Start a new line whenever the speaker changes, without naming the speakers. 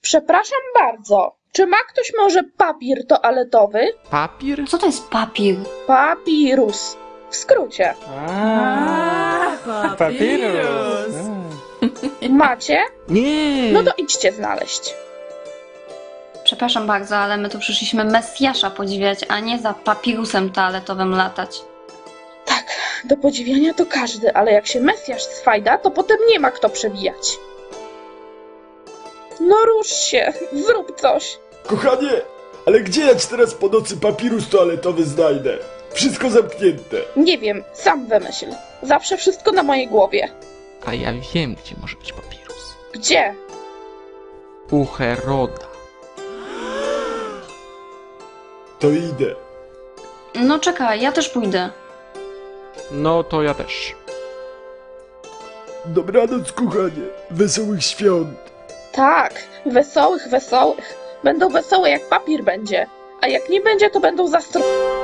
Przepraszam bardzo, czy ma ktoś może papier toaletowy?
Papier?
No Co to jest papier?
Papirus. W skrócie.
A, papirus.
Macie?
Nie!
No to idźcie znaleźć.
Przepraszam bardzo, ale my tu przyszliśmy Mesjasza podziwiać, a nie za papirusem toaletowym latać.
Do podziwiania to każdy, ale jak się Mesjasz swajda, to potem nie ma kto przebijać. No rusz się, zrób coś.
Kochanie, ale gdzie ja ci teraz po nocy papirus toaletowy znajdę? Wszystko zamknięte.
Nie wiem, sam wymyśl. Zawsze wszystko na mojej głowie.
A ja wiem, gdzie może być papirus.
Gdzie?
U Heroda.
To idę.
No czekaj, ja też pójdę.
No to ja też.
Dobranoc, kochanie. Wesołych świąt.
Tak, wesołych, wesołych. Będą wesołe jak papier będzie, a jak nie będzie, to będą zastro...